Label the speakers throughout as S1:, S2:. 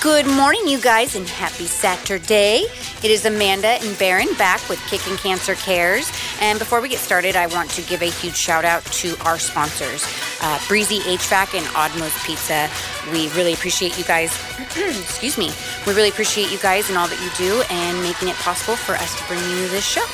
S1: Good morning, you guys, and happy Saturday. It is Amanda and Baron back with Kicking Cancer Cares. And before we get started, I want to give a huge shout out to our sponsors, uh, Breezy HVAC and Oddmo's Pizza. We really appreciate you guys. excuse me. We really appreciate you guys and all that you do and making it possible for us to bring you this show.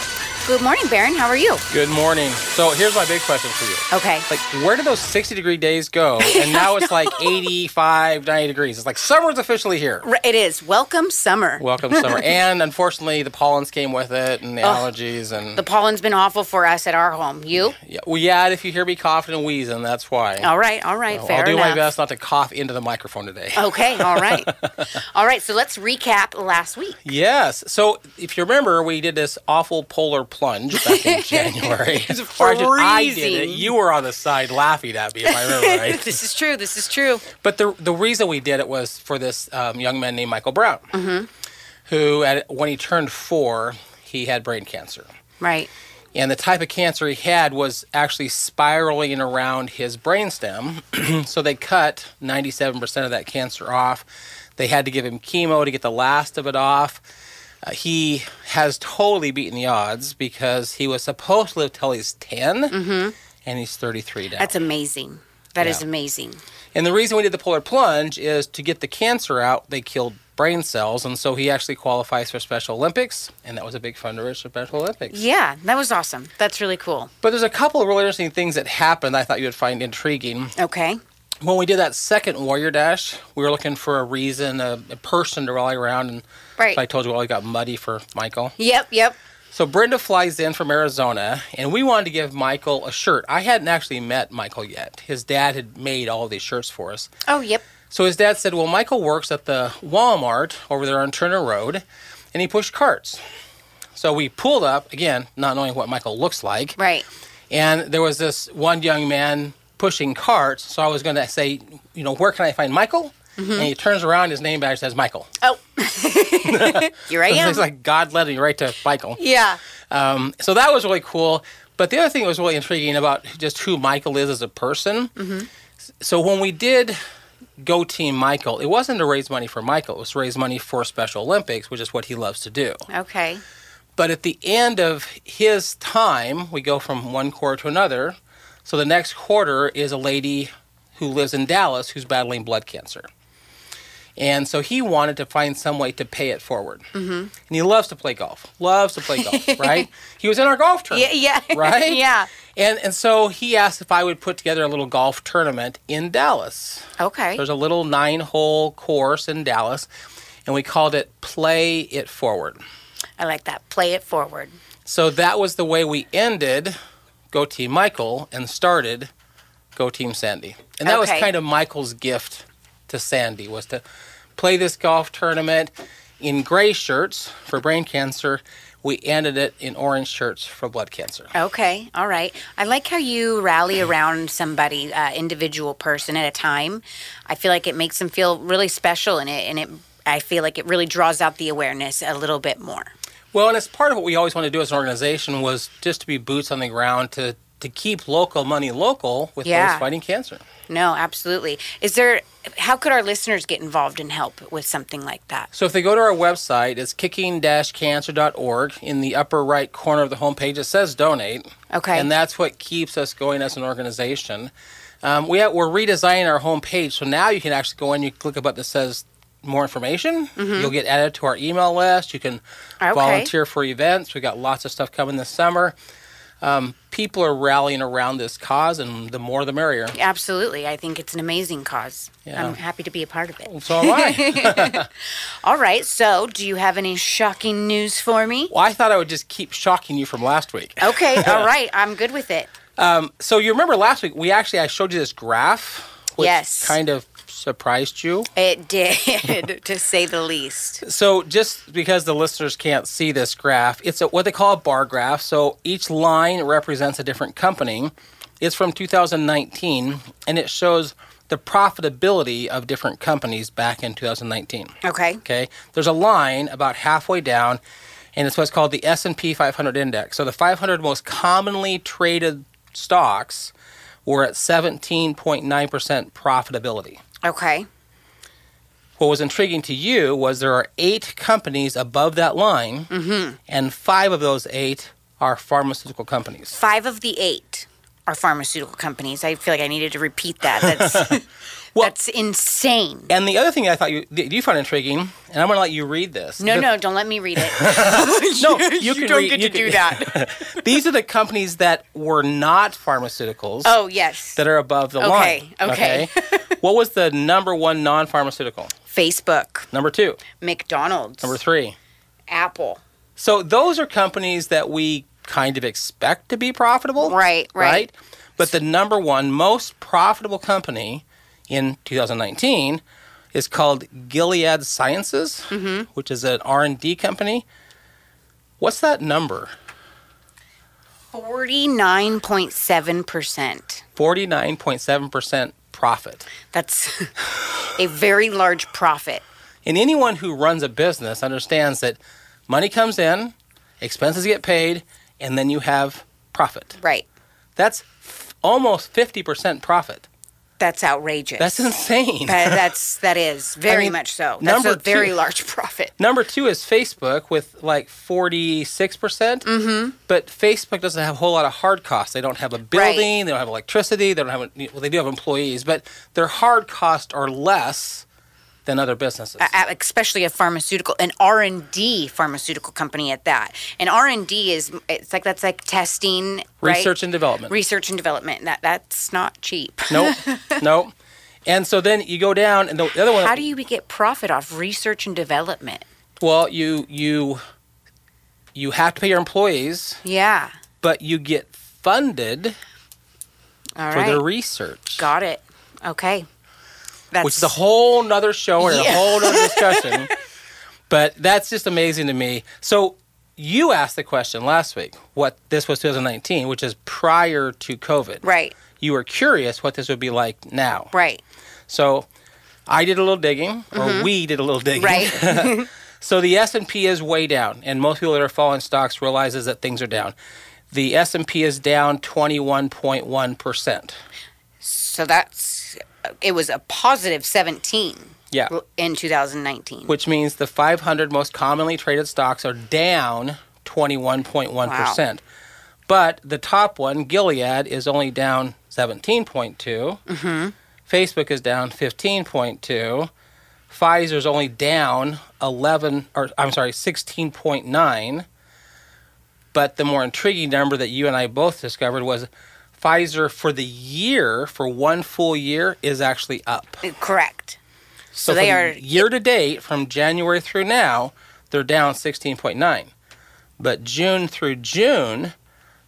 S1: Good morning, Baron. How are you?
S2: Good morning. So here's my big question for you.
S1: Okay.
S2: Like, where do those 60 degree days go? And now it's like 85, 90 degrees. It's like summer's officially here.
S1: R- It is. Welcome summer.
S2: Welcome summer. and unfortunately, the pollens came with it and the allergies and.
S1: the pollen's been awful for us at our home. You?
S2: yeah, well, yeah, if you hear me coughing and wheezing, that's why.
S1: All right, all right,
S2: So
S1: Oh, fair
S2: I'll do
S1: enough.
S2: my best not to cough into the microphone today.
S1: Okay, all right. all right, so let's recap last week.
S2: Yes. So if you remember, we did this awful polar plunge back in January. It's I did it.
S1: freezing.
S2: You were on the side laughing at me, if I remember right.
S1: This is true. This is true.
S2: But the the reason we did it was for this um, young man named Michael Brown, who at, when he turned four, he had brain cancer,
S1: Right.
S2: and the type of cancer he had was actually spiraling around his brainstem. so they cut ninety seven percent of that cancer off. They had to give him chemo to get the last of it off. Uh, he has totally beaten the odds because he was supposed to live till he's 10 and he's thirty three now.
S1: That's amazing. That is
S2: Yeah.
S1: amazing.
S2: And the reason we did the polar plunge is to get the cancer out, they killed brain cells. And so he actually qualifies for Special Olympics. And that was a big fundraiser for Special Olympics.
S1: Yeah, that was awesome. That's really cool.
S2: But there's a couple of really interesting things that happened I thought you would find intriguing.
S1: Okay.
S2: When we did that second Warrior Dash, we were looking for a reason, a, a person to rally around. And
S1: Right.
S2: I told you all it got muddy for Michael.
S1: Yep, yep.
S2: So Brenda flies in from Arizona, and we wanted to give Michael a shirt. I hadn't actually met Michael yet. His dad had made all these shirts for us.
S1: Oh, yep.
S2: So his dad said, Well, Michael works at the Walmart over there on Turner Road, and he pushed carts. So we pulled up, again, not knowing what Michael looks like.
S1: Right.
S2: And there was this one young man pushing carts. So I was going to say, You know, where can I find Michael? And he turns around, his name badge says Michael.
S1: Oh. Here I am.
S2: It's like God led me right to Michael.
S1: yeah.
S2: Um, so that was really cool. But the other thing that was really intriguing about just who Michael is as a person. So when we did Go Team Michael, it wasn't to raise money for Michael, it was to raise money for Special Olympics, which is what he loves to do.
S1: Okay.
S2: But at the end of his time, we go from one quarter to another. So the next quarter is a lady who lives in Dallas who's battling blood cancer. And so he wanted to find some way to pay it forward. Mm-hmm. And he loves to play golf. Loves to play golf, right? He was in our golf
S1: Yeah,
S2: tournament.
S1: yeah.
S2: Right?
S1: yeah.
S2: And and so he asked if I would put together a little golf tournament in Dallas.
S1: Okay.
S2: There's a little nine-hole course in Dallas, and we called it "Play It Forward."
S1: I like that. Play it forward.
S2: So that was the way we ended Go Team Michael and started Go Team Sandy. And that was
S1: Okay.
S2: kind of Michael's gift to Sandy was to play this golf tournament in gray shirts for brain cancer. We ended it in orange shirts for blood cancer.
S1: Okay, all right. I like how you rally around somebody, uh, individual person at a time. I feel like it makes them feel really special, and it and it. I feel like it really draws out the awareness a little bit more.
S2: Well, and it's part of what we always want to do as an organization was just to be boots on the ground to to keep local money local with
S1: Yeah.
S2: those fighting cancer.
S1: No, absolutely. Is there? How could our listeners get involved and help with something like that?
S2: So if they go to our website, it's kicking-cancer.org. In the upper right corner of the homepage, it says donate.
S1: Okay.
S2: And that's what keeps us going as an organization. Um, we have, we're redesigning our homepage, so now you can actually go in, you click a button that says more information. You'll get added to our email list. You can
S1: Okay.
S2: volunteer for events. We've got lots of stuff coming this summer. Um, people are rallying around this cause, and the more the merrier.
S1: Absolutely. I think it's an amazing cause.
S2: Yeah.
S1: I'm happy to be a part of it.
S2: So am I.
S1: All right. So, do you have any shocking news for me?
S2: well, I thought I would just keep shocking you from last week.
S1: Okay. All right. I'm good with it.
S2: So you remember last week we actually I showed you this graph, which
S1: Yes.
S2: kind of surprised you.
S1: It did, to say the least.
S2: So just because the listeners can't see this graph, it's a, what they call a bar graph. So each line represents a different company. It's from 2019, and it shows the profitability of different companies back in 2019.
S1: Okay.
S2: Okay, there's a line about halfway down, and it's what's called the S and P 500 index. So the 500 most commonly traded stocks were at 17.9 percent profitability.
S1: Okay.
S2: What was intriguing to you was there are eight companies above that line, and five of those eight are pharmaceutical companies.
S1: Five of the eight are pharmaceutical companies. I feel like I needed to repeat that. That's, that's insane.
S2: And the other thing I thought you that you found intriguing, and I'm going to let you read this.
S1: No,
S2: The-
S1: no, don't let me read it.
S2: No, you can
S1: don't
S2: read-
S1: get
S2: you
S1: to
S2: can-
S1: do that.
S2: These are the companies that were not pharmaceuticals
S1: Oh, yes.
S2: that are above the
S1: Okay,
S2: line.
S1: okay.
S2: okay? what was the number one non-pharmaceutical?
S1: Facebook,
S2: Number two.
S1: McDonald's,
S2: Number three.
S1: Apple.
S2: So those are companies that we kind of expect to be profitable.
S1: Right, right.
S2: But the number one most profitable company in 2019 is called Gilead Sciences,
S1: Mm-hmm.
S2: which is an R&D company. What's that number?
S1: 49.7%.
S2: 49.7% profit.
S1: That's a very large profit.
S2: And anyone who runs a business understands that money comes in, expenses get paid, and then you have profit.
S1: Right.
S2: That's f- almost 50% profit.
S1: That's outrageous.
S2: That's insane.
S1: That- that's that is very
S2: mean,
S1: much so. That's
S2: number
S1: a very
S2: two-
S1: large profit.
S2: Number two is Facebook with like 46%. Mm-hmm. But Facebook doesn't have a whole lot of hard costs. They don't have a building, they don't have electricity, they don't have, a, well, they do have employees, but their hard costs are less than other businesses.
S1: a- especially a pharmaceutical an r&d pharmaceutical company at that and r&d is it's like that's like testing right?
S2: Research and development.
S1: research and development that that's not cheap
S2: nope, nope. And so then you go down, and the the other one.
S1: how do you get profit off research and development
S2: Well, you you you have to pay your employees,
S1: yeah
S2: but you get funded
S1: all
S2: for
S1: right
S2: their research,
S1: got it okay that's
S2: which is a whole nother show and
S1: Yeah.
S2: a whole nother discussion. but that's just amazing to me. So you asked the question last week what this was 2019, which is prior to COVID.
S1: right
S2: You were curious what this would be like now.
S1: right
S2: So I did a little digging, or we did a little digging.
S1: right
S2: So the S and P is way down, and most people that are following stocks realizes that things are down. The S and P is down 21.1 percent.
S1: so that's it was a positive 17
S2: Yeah,
S1: in 2019
S2: which means the 500 most commonly traded stocks are down 21.1 percent. But the top one, Gilead, is only down 17.2. Mm-hmm. Facebook is down 15.2. Pfizer's only down 11, or I'm sorry, 16.9. But the more intriguing number that you and I both discovered was Pfizer for the year, for one full year, is actually up.
S1: correct
S2: So,
S1: they
S2: for
S1: are-
S2: the year to date from January through now, they're down 16.9. But June through June,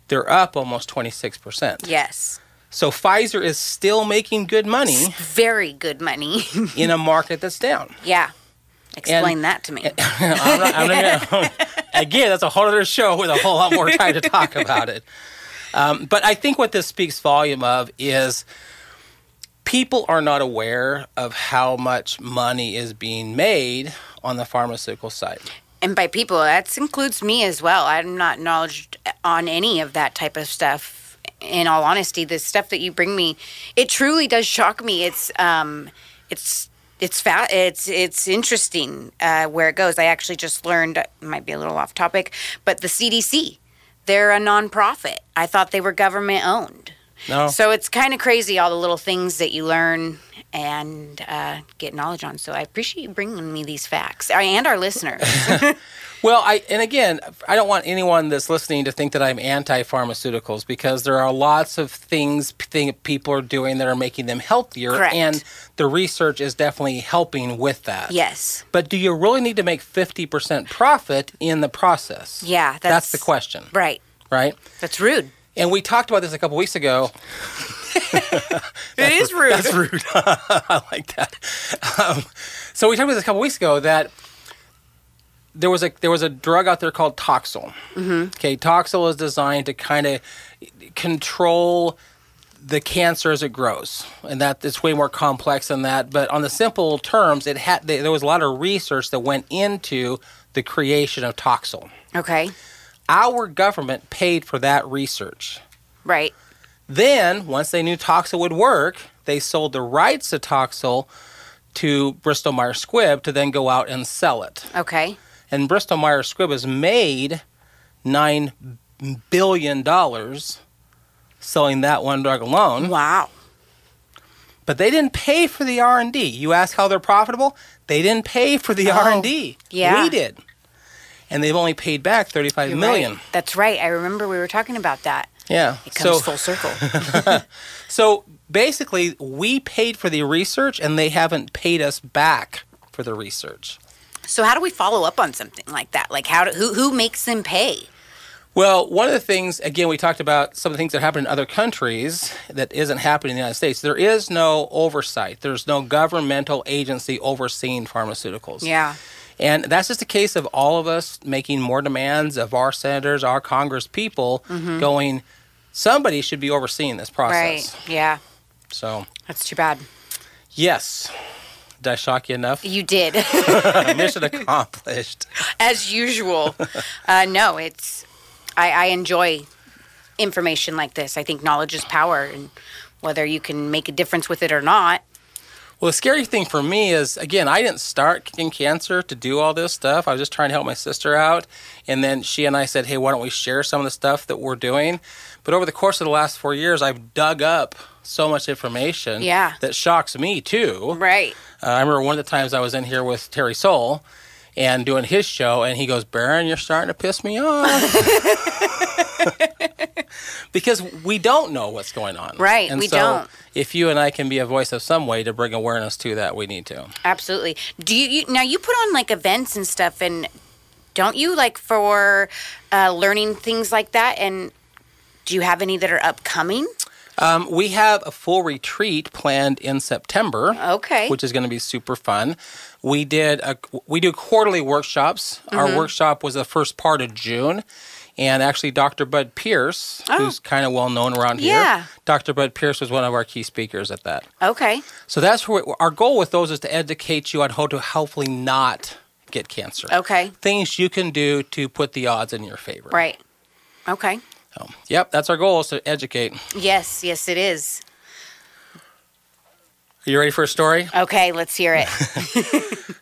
S2: they're up almost 26%.
S1: yes
S2: So Pfizer is still making good money
S1: very good money
S2: in a market that's down.
S1: Yeah. Explain that to me.
S2: I'm not, I'm not gonna, um, again, that's a whole other show with a whole lot more time to talk about it. Um, but I think what this speaks volume of is people are not aware of how much money is being made on the pharmaceutical side.
S1: and by people, that includes me as well. I'm not knowledge on any of that type of stuff. In all honesty, the stuff that you bring me, it truly does shock me. It's um, it's it's fa- it's it's interesting uh, where it goes. I actually just learned it might be a little off topic, but the CDC, they're a nonprofit. I thought they were government owned.
S2: No.
S1: So it's kind of crazy all the little things that you learn and uh, get knowledge on. So I appreciate you bringing me these facts I- and our listeners.
S2: Well, I and again, I don't want anyone that's listening to think that I'm anti-pharmaceuticals because there are lots of things p- thing people are doing that are making them healthier,
S1: Correct.
S2: and the research is definitely helping with that.
S1: yes.
S2: But do you really need to make 50% profit in the process?
S1: Yeah,
S2: That's,
S1: that's-
S2: the question,
S1: Right.
S2: right?
S1: That's rude.
S2: And we talked about this a couple weeks ago.
S1: It is rude.
S2: That's rude. I like that. Um, so we talked about this a couple weeks ago that there was a there was a drug out there called Toxil. Okay, Toxil is designed to kind of control the cancer as it grows, and that it's way more complex than that. But on the simple terms, it had there there was a lot of research that went into the creation of Toxil.
S1: okay.
S2: Our government paid for that research.
S1: Right.
S2: Then, once they knew Toxel would work, they sold the rights to Toxel to Bristol Myers Squibb to then go out and sell it.
S1: Okay.
S2: And Bristol Myers Squibb has made $9 billion selling that one drug alone.
S1: Wow.
S2: But they didn't pay for the R&D. You ask how they're profitable? They didn't pay for the R&D.
S1: Oh, yeah.
S2: We did. And they've only paid back thirty-five
S1: You're
S2: million.
S1: right. That's right. I remember we were talking about that.
S2: Yeah.
S1: It comes
S2: so
S1: full circle.
S2: so basically we paid for the research and they haven't paid us back for the research.
S1: so how do we follow up on something like that? Like how do, who who makes them pay?
S2: Well, one of the things, again, we talked about some of the things that happen in other countries that isn't happening in the United States. There is no oversight, there's no governmental agency overseeing pharmaceuticals.
S1: Yeah.
S2: And that's just a case of all of us making more demands of our senators, our Congress people
S1: Mm-hmm.
S2: going, somebody should be overseeing this process.
S1: Right. Yeah.
S2: So,
S1: That's too bad.
S2: yes. Did I shock you enough?
S1: You did.
S2: Mission accomplished.
S1: as usual. uh, no, it's I, I enjoy information like this. I think knowledge is power, and whether you can make a difference with it or not.
S2: Well, the scary thing for me is, again, I didn't start kicking cancer to do all this stuff. I was just trying to help my sister out. And then she and I said, hey, why don't we share some of the stuff that we're doing? But over the course of the last four years, I've dug up so much information
S1: Yeah.
S2: that shocks me too.
S1: Right.
S2: Uh, I remember one of the times I was in here with Terry Soul and doing his show, and he goes, Baron, you're starting to piss me off. because we don't know what's going on.
S1: Right,
S2: And
S1: we
S2: so
S1: don't.
S2: If you and I can be a voice of some way to bring awareness to that, we need to.
S1: Absolutely. Do you, you now? You put on like events and stuff, and don't you like for uh, learning things like that? And do you have any that are upcoming?
S2: Um, we have a full retreat planned in September.
S1: Oh. Okay.
S2: Which is going to be super fun. We did a, we do quarterly workshops.
S1: Mm-hmm.
S2: Our workshop was the first part of June. And actually, Dr. Bud Pierce, who's kind of well known around here,
S1: Oh. Yeah.
S2: Dr. Bud Pierce was one of our key speakers at that.
S1: Okay.
S2: So that's where our goal with those is to educate you on how to hopefully not get cancer.
S1: Okay.
S2: Things you can do to put the odds in your favor.
S1: Right. Okay.
S2: So, yep, that's our goal is to educate. Are
S1: Yes. Yes, it is.
S2: you ready for a story?
S1: Okay. Let's hear it.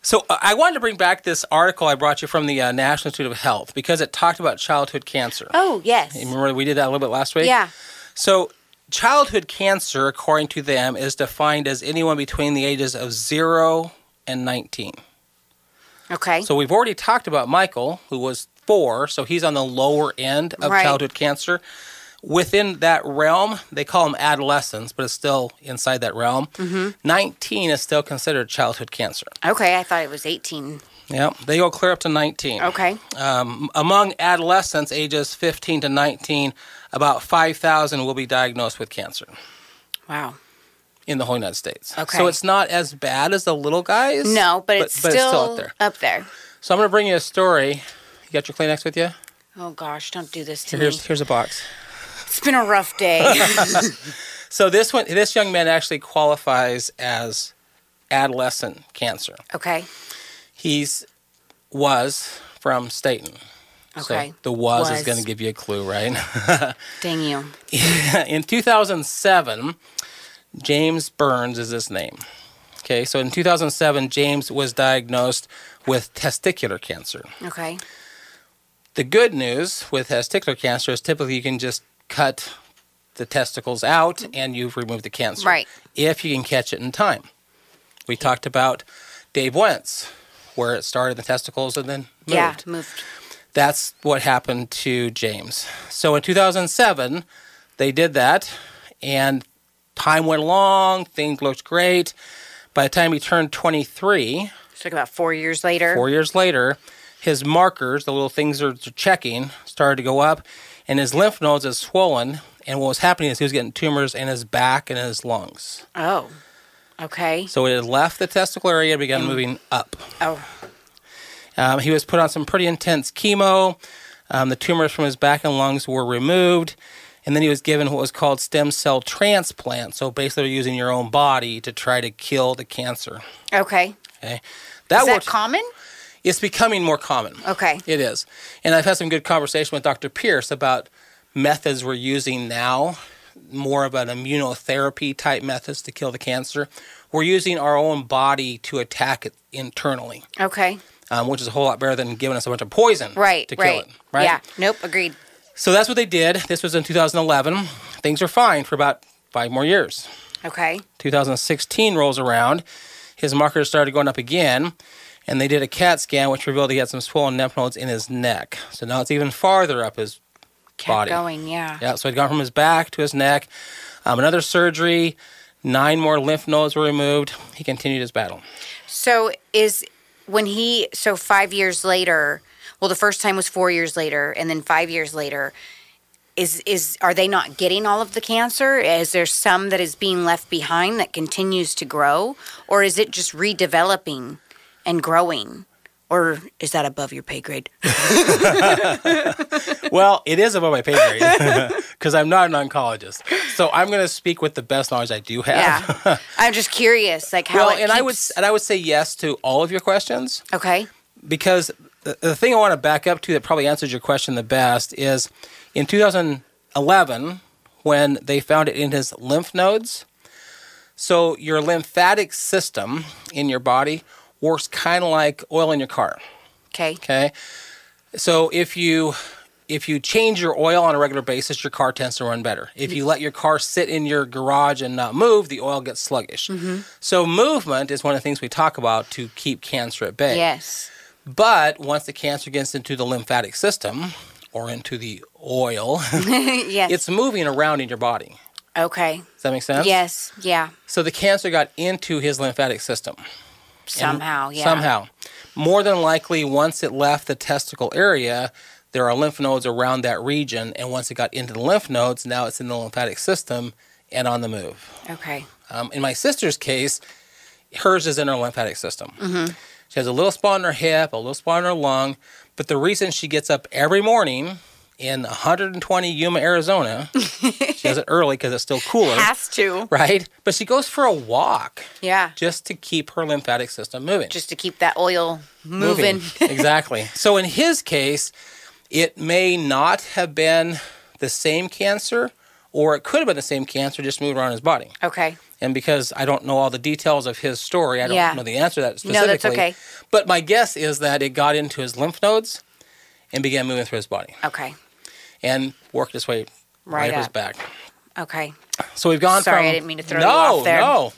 S2: So uh, I wanted to bring back this article I brought you from the uh, National Institute of Health because it talked about childhood cancer.
S1: oh yes.
S2: Remember we did that a little bit last week?
S1: Yeah.
S2: So childhood cancer, according to them, is defined as anyone between the ages of 0 and 19.
S1: Okay.
S2: So we've already talked about Michael, who was 4, so he's on the lower end of
S1: Right.
S2: childhood cancer. Within that realm, they call them adolescents, but it's still inside that realm.
S1: Mm-hmm.
S2: 19 is still considered childhood cancer.
S1: okay. I thought it was eighteen.
S2: Yeah, they go clear up to 19.
S1: Okay.
S2: Um, among adolescents ages 15 to 19, about 5,000 will be diagnosed with cancer
S1: Wow.
S2: in the whole United States.
S1: Okay.
S2: So it's not as bad as the little guys.
S1: No, but, it's, still
S2: up there.
S1: Up there.
S2: So I'm going to bring you a story. You got your Kleenex with you?
S1: Oh gosh, don't do this to me.
S2: Here's here's a box.
S1: It's been a rough day.
S2: So this one, this young man actually qualifies as adolescent cancer.
S1: okay.
S2: He's was from Staten.
S1: Okay.
S2: So the was,
S1: Was.
S2: is going to give you a clue, right?
S1: Dang you.
S2: in 2007, James Burns is his name. Okay, so in 2007, James was diagnosed with testicular cancer.
S1: Okay.
S2: The good news with testicular cancer is typically you can just cut the testicles out and you've removed the cancer.
S1: Right.
S2: If you can catch it in time. We talked about Dave Wentz, where it started in the testicles and then moved.
S1: Yeah, moved.
S2: That's what happened to James. So in 2007, they did that, and time went along, things looked great. By the time he turned 23,
S1: It's like about four years later.
S2: four years later, his markers, the little things they're checking, started to go up, and his lymph nodes is swollen. And what was happening is he was getting tumors in his back and in his lungs.
S1: Oh. Okay.
S2: So it had left the testicular area and began moving up.
S1: Oh.
S2: Um, he was put on some pretty intense chemo. Um, the tumors from his back and lungs were removed. And then he was given what was called stem cell transplant. So basically, they're using your own body to try to kill the cancer.
S1: Okay.
S2: Okay. That,
S1: Is that
S2: worked-
S1: common?
S2: it's becoming more common.
S1: Okay.
S2: It is. And I've had some good conversation with Dr. Pierce about methods we're using now more of an immunotherapy type methods to kill the cancer. We're using our own body to attack it internally,
S1: Okay.
S2: um, which is a whole lot better than giving us a bunch of poison
S1: Right.
S2: to kill
S1: right.
S2: it. Right.
S1: Yeah. Nope. Agreed.
S2: So that's what they did. This was in 2011. Things are fine for about five more years.
S1: Okay.
S2: 2016 rolls around, his markers started going up again, and they did a CAT scan, which revealed he had some swollen lymph nodes in his neck. So now it's even farther up his
S1: Kept
S2: Body.
S1: going. Yeah.
S2: yeah. So it had gone from his back to his neck. Um, another surgery, nine more lymph nodes were removed. He continued his battle.
S1: So is when he so five years later. Well, the first time was four years later, and then five years later. Is is are they not getting all of the cancer? Is there some that is being left behind that continues to grow, or is it just redeveloping and growing, or is that above your pay grade?
S2: Well, it is above my pay grade because I'm not an oncologist. So I'm going to speak with the best knowledge I do have.
S1: Yeah, I'm just curious, like how.
S2: Well,
S1: it
S2: and I would
S1: keeps-
S2: s- and I would say yes to all of your questions.
S1: Okay.
S2: because the, the thing I want to back up to that probably answers your question the best is in 2011 when they found it in his lymph nodes. So your lymphatic system in your body works kind of like oil in your car.
S1: Okay.
S2: Okay, so if you if you change your oil on a regular basis, your car tends to run better. If you let your car sit in your garage and not move, the oil gets sluggish. So movement is one of the things we talk about to keep cancer at bay.
S1: Yes.
S2: But once the cancer gets into the lymphatic system or into the oil,
S1: yes.
S2: it's moving around in your body.
S1: okay.
S2: Does that make sense?
S1: Yes. Yeah.
S2: So the cancer got into his lymphatic system
S1: Somehow. Yeah.
S2: somehow. More than likely, once it left the testicle area, there are lymph nodes around that region. And once it got into the lymph nodes, now it's in the lymphatic system and on the move.
S1: Okay.
S2: Um, in my sister's case, hers is in her lymphatic system.
S1: Mm-hmm.
S2: She has a little spot in her hip, a little spot in her lung, but the reason she gets up every morning in 120 Yuma, Arizona, she does it early because it's still cooler,
S1: Has to.
S2: right? But she goes for a walk
S1: Yeah.
S2: just to keep her lymphatic system moving.
S1: Just to keep that oil moving.
S2: moving. exactly. So in his case, it may not have been the same cancer, or it could have been the same cancer, just moved around his body.
S1: Okay.
S2: And because I don't know all the details of his story, I don't
S1: Yeah.
S2: know the answer to that
S1: No,
S2: specifically.
S1: that's okay.
S2: But my guess is that it got into his lymph nodes and began moving through his body
S1: Okay.
S2: and worked its way right,
S1: Right
S2: up his
S1: up.
S2: back.
S1: Okay.
S2: So we've gone
S1: Sorry,
S2: from.
S1: I didn't mean to throw
S2: no,
S1: you off there.
S2: No,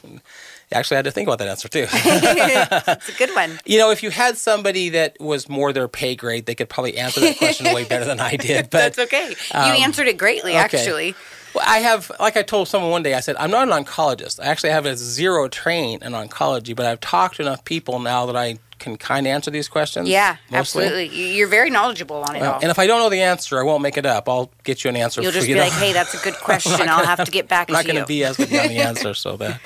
S2: Actually, I had to think about that answer too.
S1: It's a good one.
S2: you know, if you had somebody that was more their pay grade, they could probably answer that question way better than I did. But
S1: That's okay.
S2: Um,
S1: you answered it greatly, actually.
S2: Well, I have, like I told someone one day, I said, I'm not an oncologist. I actually have a zero train in oncology, but I've talked to enough people now that I can kind of answer these questions.
S1: Yeah.
S2: mostly.
S1: Absolutely. You- You're very knowledgeable on it all.
S2: And if I don't know the answer, I won't make it up. I'll get you an answer
S1: You'll
S2: for
S1: just
S2: you.
S1: be like, "Hey, that's a good question. I'll have to get back
S2: I'm not
S1: to
S2: going
S1: you."
S2: to be as good on the answer, so bad.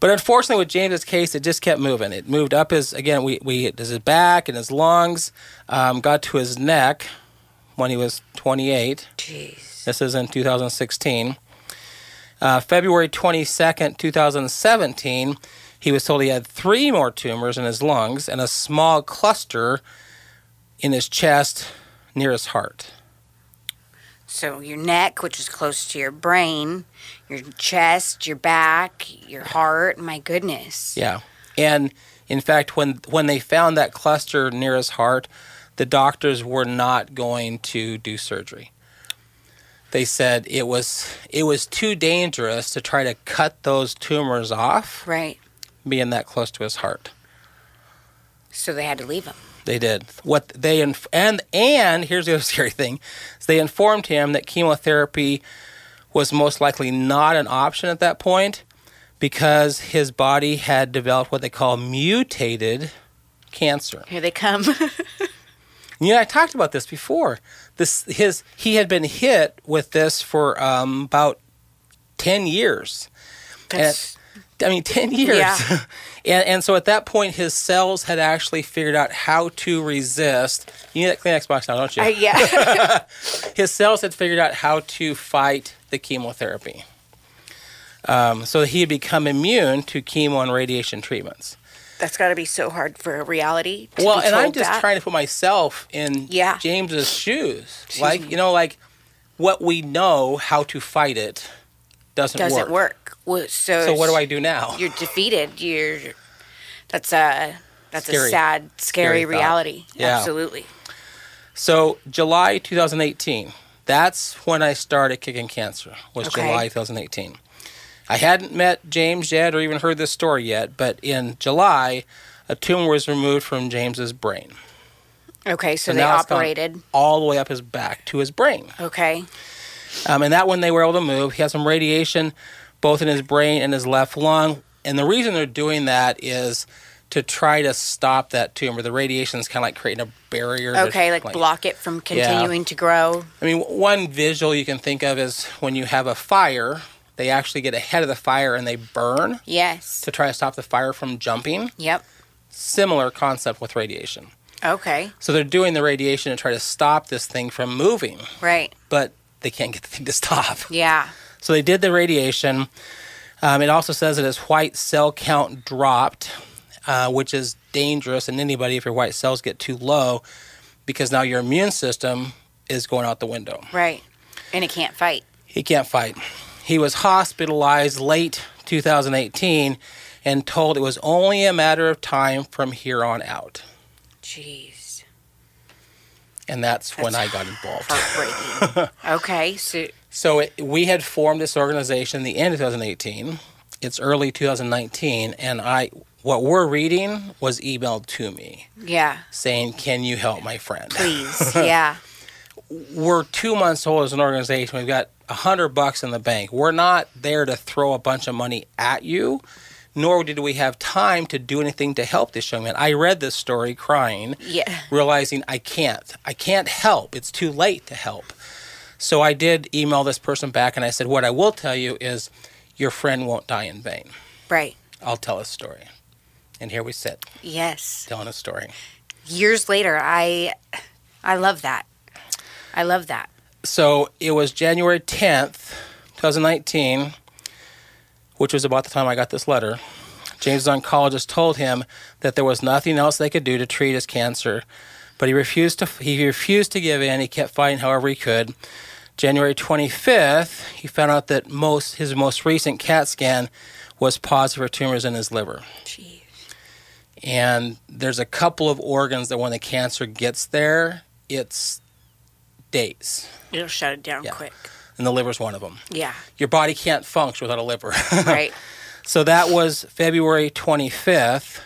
S2: But unfortunately, with James's case, it just kept moving. It moved up his again. We we his back and his lungs, um, got to his neck when he was 28.
S1: Jeez.
S2: This is in 2016. Uh, February 22nd, 2017, he was told he had three more tumors in his lungs and a small cluster in his chest near his heart.
S1: So your neck, which is close to your brain, your chest, your back, your heart. My goodness.
S2: Yeah. And in fact, when when they found that cluster near his heart, the doctors were not going to do surgery. They said it was it was too dangerous to try to cut those tumors off
S1: Right.
S2: being that close to his heart.
S1: So they had to leave him.
S2: They did. What they inf- and and here's the other scary thing. is they informed him that chemotherapy was most likely not an option at that point because his body had developed what they call mutated cancer.
S1: Here they come.
S2: You know, I talked about this before. This his he had been hit with this for um, about ten years.
S1: That's
S2: I mean, 10 years.
S1: Yeah.
S2: and, and so at that point, his cells had actually figured out how to resist. You need that Kleenex box now, don't you?
S1: I- yeah.
S2: his cells had figured out how to fight the chemotherapy. Um, so he had become immune to chemo and radiation treatments.
S1: That's got to be so hard for a reality. To
S2: well,
S1: be
S2: and
S1: told
S2: I'm just
S1: that.
S2: trying to put myself in
S1: Yeah.
S2: James's shoes. like, you know, like what we know how to fight it doesn't,
S1: doesn't
S2: work.
S1: work. Well, so
S2: So what do I do now?
S1: You're defeated. You're that's a that's
S2: Scary.
S1: a sad, scary,
S2: Scary thought.
S1: reality.
S2: Yeah.
S1: Absolutely.
S2: So July 2018. That's when I started kicking cancer. Was
S1: Okay.
S2: July 2018. I hadn't met James yet or even heard this story yet, but in July, a tumor was removed from James's brain.
S1: Okay, so, they
S2: now it's gone
S1: operated.
S2: all the way up his back to his brain.
S1: Okay.
S2: Um, and that one they were able to move. He had some radiation both in his brain and his left lung. And the reason they're doing that is to try to stop that tumor. The radiation is kind of like creating a barrier. to-
S1: Okay, like, block it from continuing to grow.
S2: I mean, w- one visual you can think of is when you have a fire, they actually get ahead of the fire and they burn
S1: Yes.
S2: to try to stop the fire from jumping.
S1: Yep.
S2: Similar concept with radiation.
S1: Okay.
S2: So they're doing the radiation to try to stop this thing from moving,
S1: Right.
S2: but they can't get the thing to stop.
S1: Yeah.
S2: So they did the radiation. Um, it also says that his white cell count dropped, uh, which is dangerous in anybody if your white cells get too low, because now your immune system is going out the window.
S1: Right. And it can't fight.
S2: He can't fight. He was hospitalized late 2018 and told it was only a matter of time from here on out.
S1: Jeez.
S2: And that's when I got involved.
S1: Heartbreaking. okay. So
S2: So it, we had formed this organization in the end of 2018. It's early 2019, and I what we're reading was emailed to me
S1: yeah.
S2: saying, "Can you help my friend?"
S1: Please. yeah.
S2: We're two months old as an organization. We've got a hundred bucks in the bank. We're not there to throw a bunch of money at you, nor did we have time to do anything to help this young man. I read this story crying
S1: Yeah.
S2: realizing I can't. I can't help. It's too late to help. So I did email this person back and I said, What I will tell you is your friend won't die in vain.
S1: Right.
S2: I'll tell his story. And here we sit,
S1: Yes.
S2: telling a story.
S1: Years later, I I love that. I love that.
S2: So it was January 10th, 2019, which was about the time I got this letter. James's oncologist told him that there was nothing else they could do to treat his cancer, but he refused to he refused to give in. He kept fighting however he could. January 25th, he found out that most his most recent CAT scan was positive for tumors in his liver.
S1: Jeez.
S2: And there's a couple of organs that when the cancer gets there, it's days,
S1: It'll shut it down
S2: Yeah.
S1: quick.
S2: and the liver's one of them
S1: Yeah.
S2: your body can't function without a liver.
S1: Right.
S2: so that was February 25th,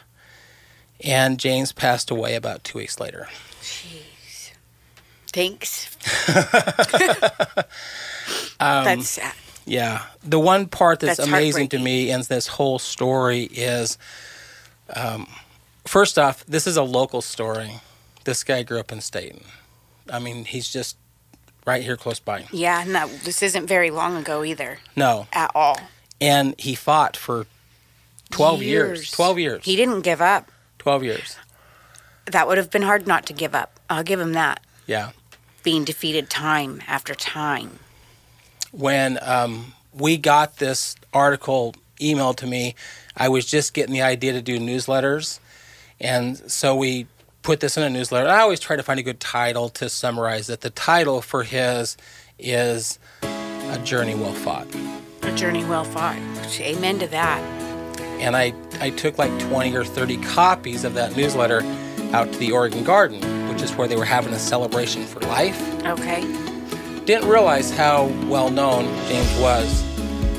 S2: and James passed away about two weeks later.
S1: Jeez. Thanks.
S2: Um,
S1: That's sad.
S2: Yeah. The one part that's,
S1: That's
S2: amazing to me in this whole story is um, first off, this is a local story. This guy grew up in Staten. I mean, he's just right here close by.
S1: Yeah, no, this isn't very long ago either
S2: No.
S1: at all.
S2: And he fought for 12 years. 12 years.
S1: He didn't give up.
S2: 12 years.
S1: That would have been hard not to give up. I'll give him that.
S2: Yeah.
S1: Being defeated time after time.
S2: when um, we got this article emailed to me, I was just getting the idea to do newsletters. And so we put this in a newsletter. I always try to find a good title to summarize it. The title for his is A Journey Well Fought.
S1: A journey well fought. Amen to that.
S2: And I, I took like 20 or 30 copies of that newsletter out to the Oregon Garden, which is where they were having a celebration for life.
S1: Okay.
S2: didn't realize how well known James was.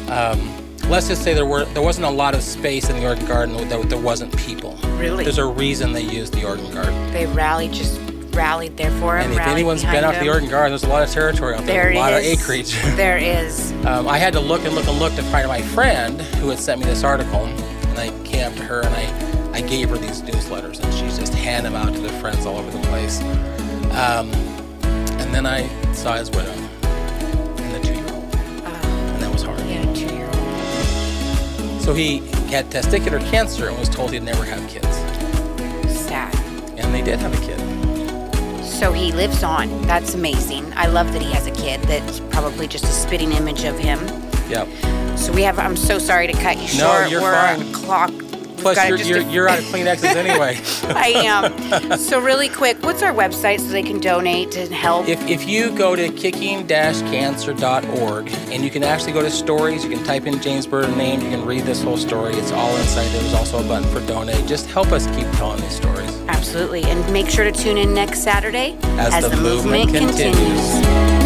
S2: Um, let's just say there were there wasn't a lot of space in the Oregon Garden. There, there wasn't people.
S1: Really?
S2: There's a reason they used the Oregon Garden.
S1: They rallied, just rallied there for him.
S2: And if
S1: rallied
S2: anyone's been
S1: behind
S2: out to the
S1: him.
S2: Oregon Garden, there's a lot of territory out there,
S1: there it is.
S2: a lot of acreage.
S1: there is.
S2: Um, I had to look and look and look to find my friend who had sent me this article, and I came up to her and I, I gave her these newsletters, and she's just hand them out to the friends all over the place. Um, and then I saw his widow and the two-year-old, and that was hard.
S1: He had a two-year-old.
S2: So he had testicular cancer and was told he'd never have kids,
S1: Sad.
S2: and they did have a kid.
S1: So he lives on. That's amazing. I love that he has a kid that's probably just a spitting image of him.
S2: Yep.
S1: So we have, I'm so sorry to cut you
S2: No,
S1: short.
S2: you're
S1: We're
S2: fine.
S1: on clock
S2: Plus,
S1: gotta
S2: you're,
S1: just
S2: you're,
S1: do-
S2: you're out of Kleenexes anyway.
S1: I am. so really quick, what's our website so they can donate and help?
S2: If, if you go to kicking-cancer.org and you can actually go to stories, you can type in James Burton name, you can read this whole story. It's all inside. There's also a button for donate. Just help us keep telling these stories.
S1: Absolutely. And make sure to tune in next Saturday
S2: As the movement continues.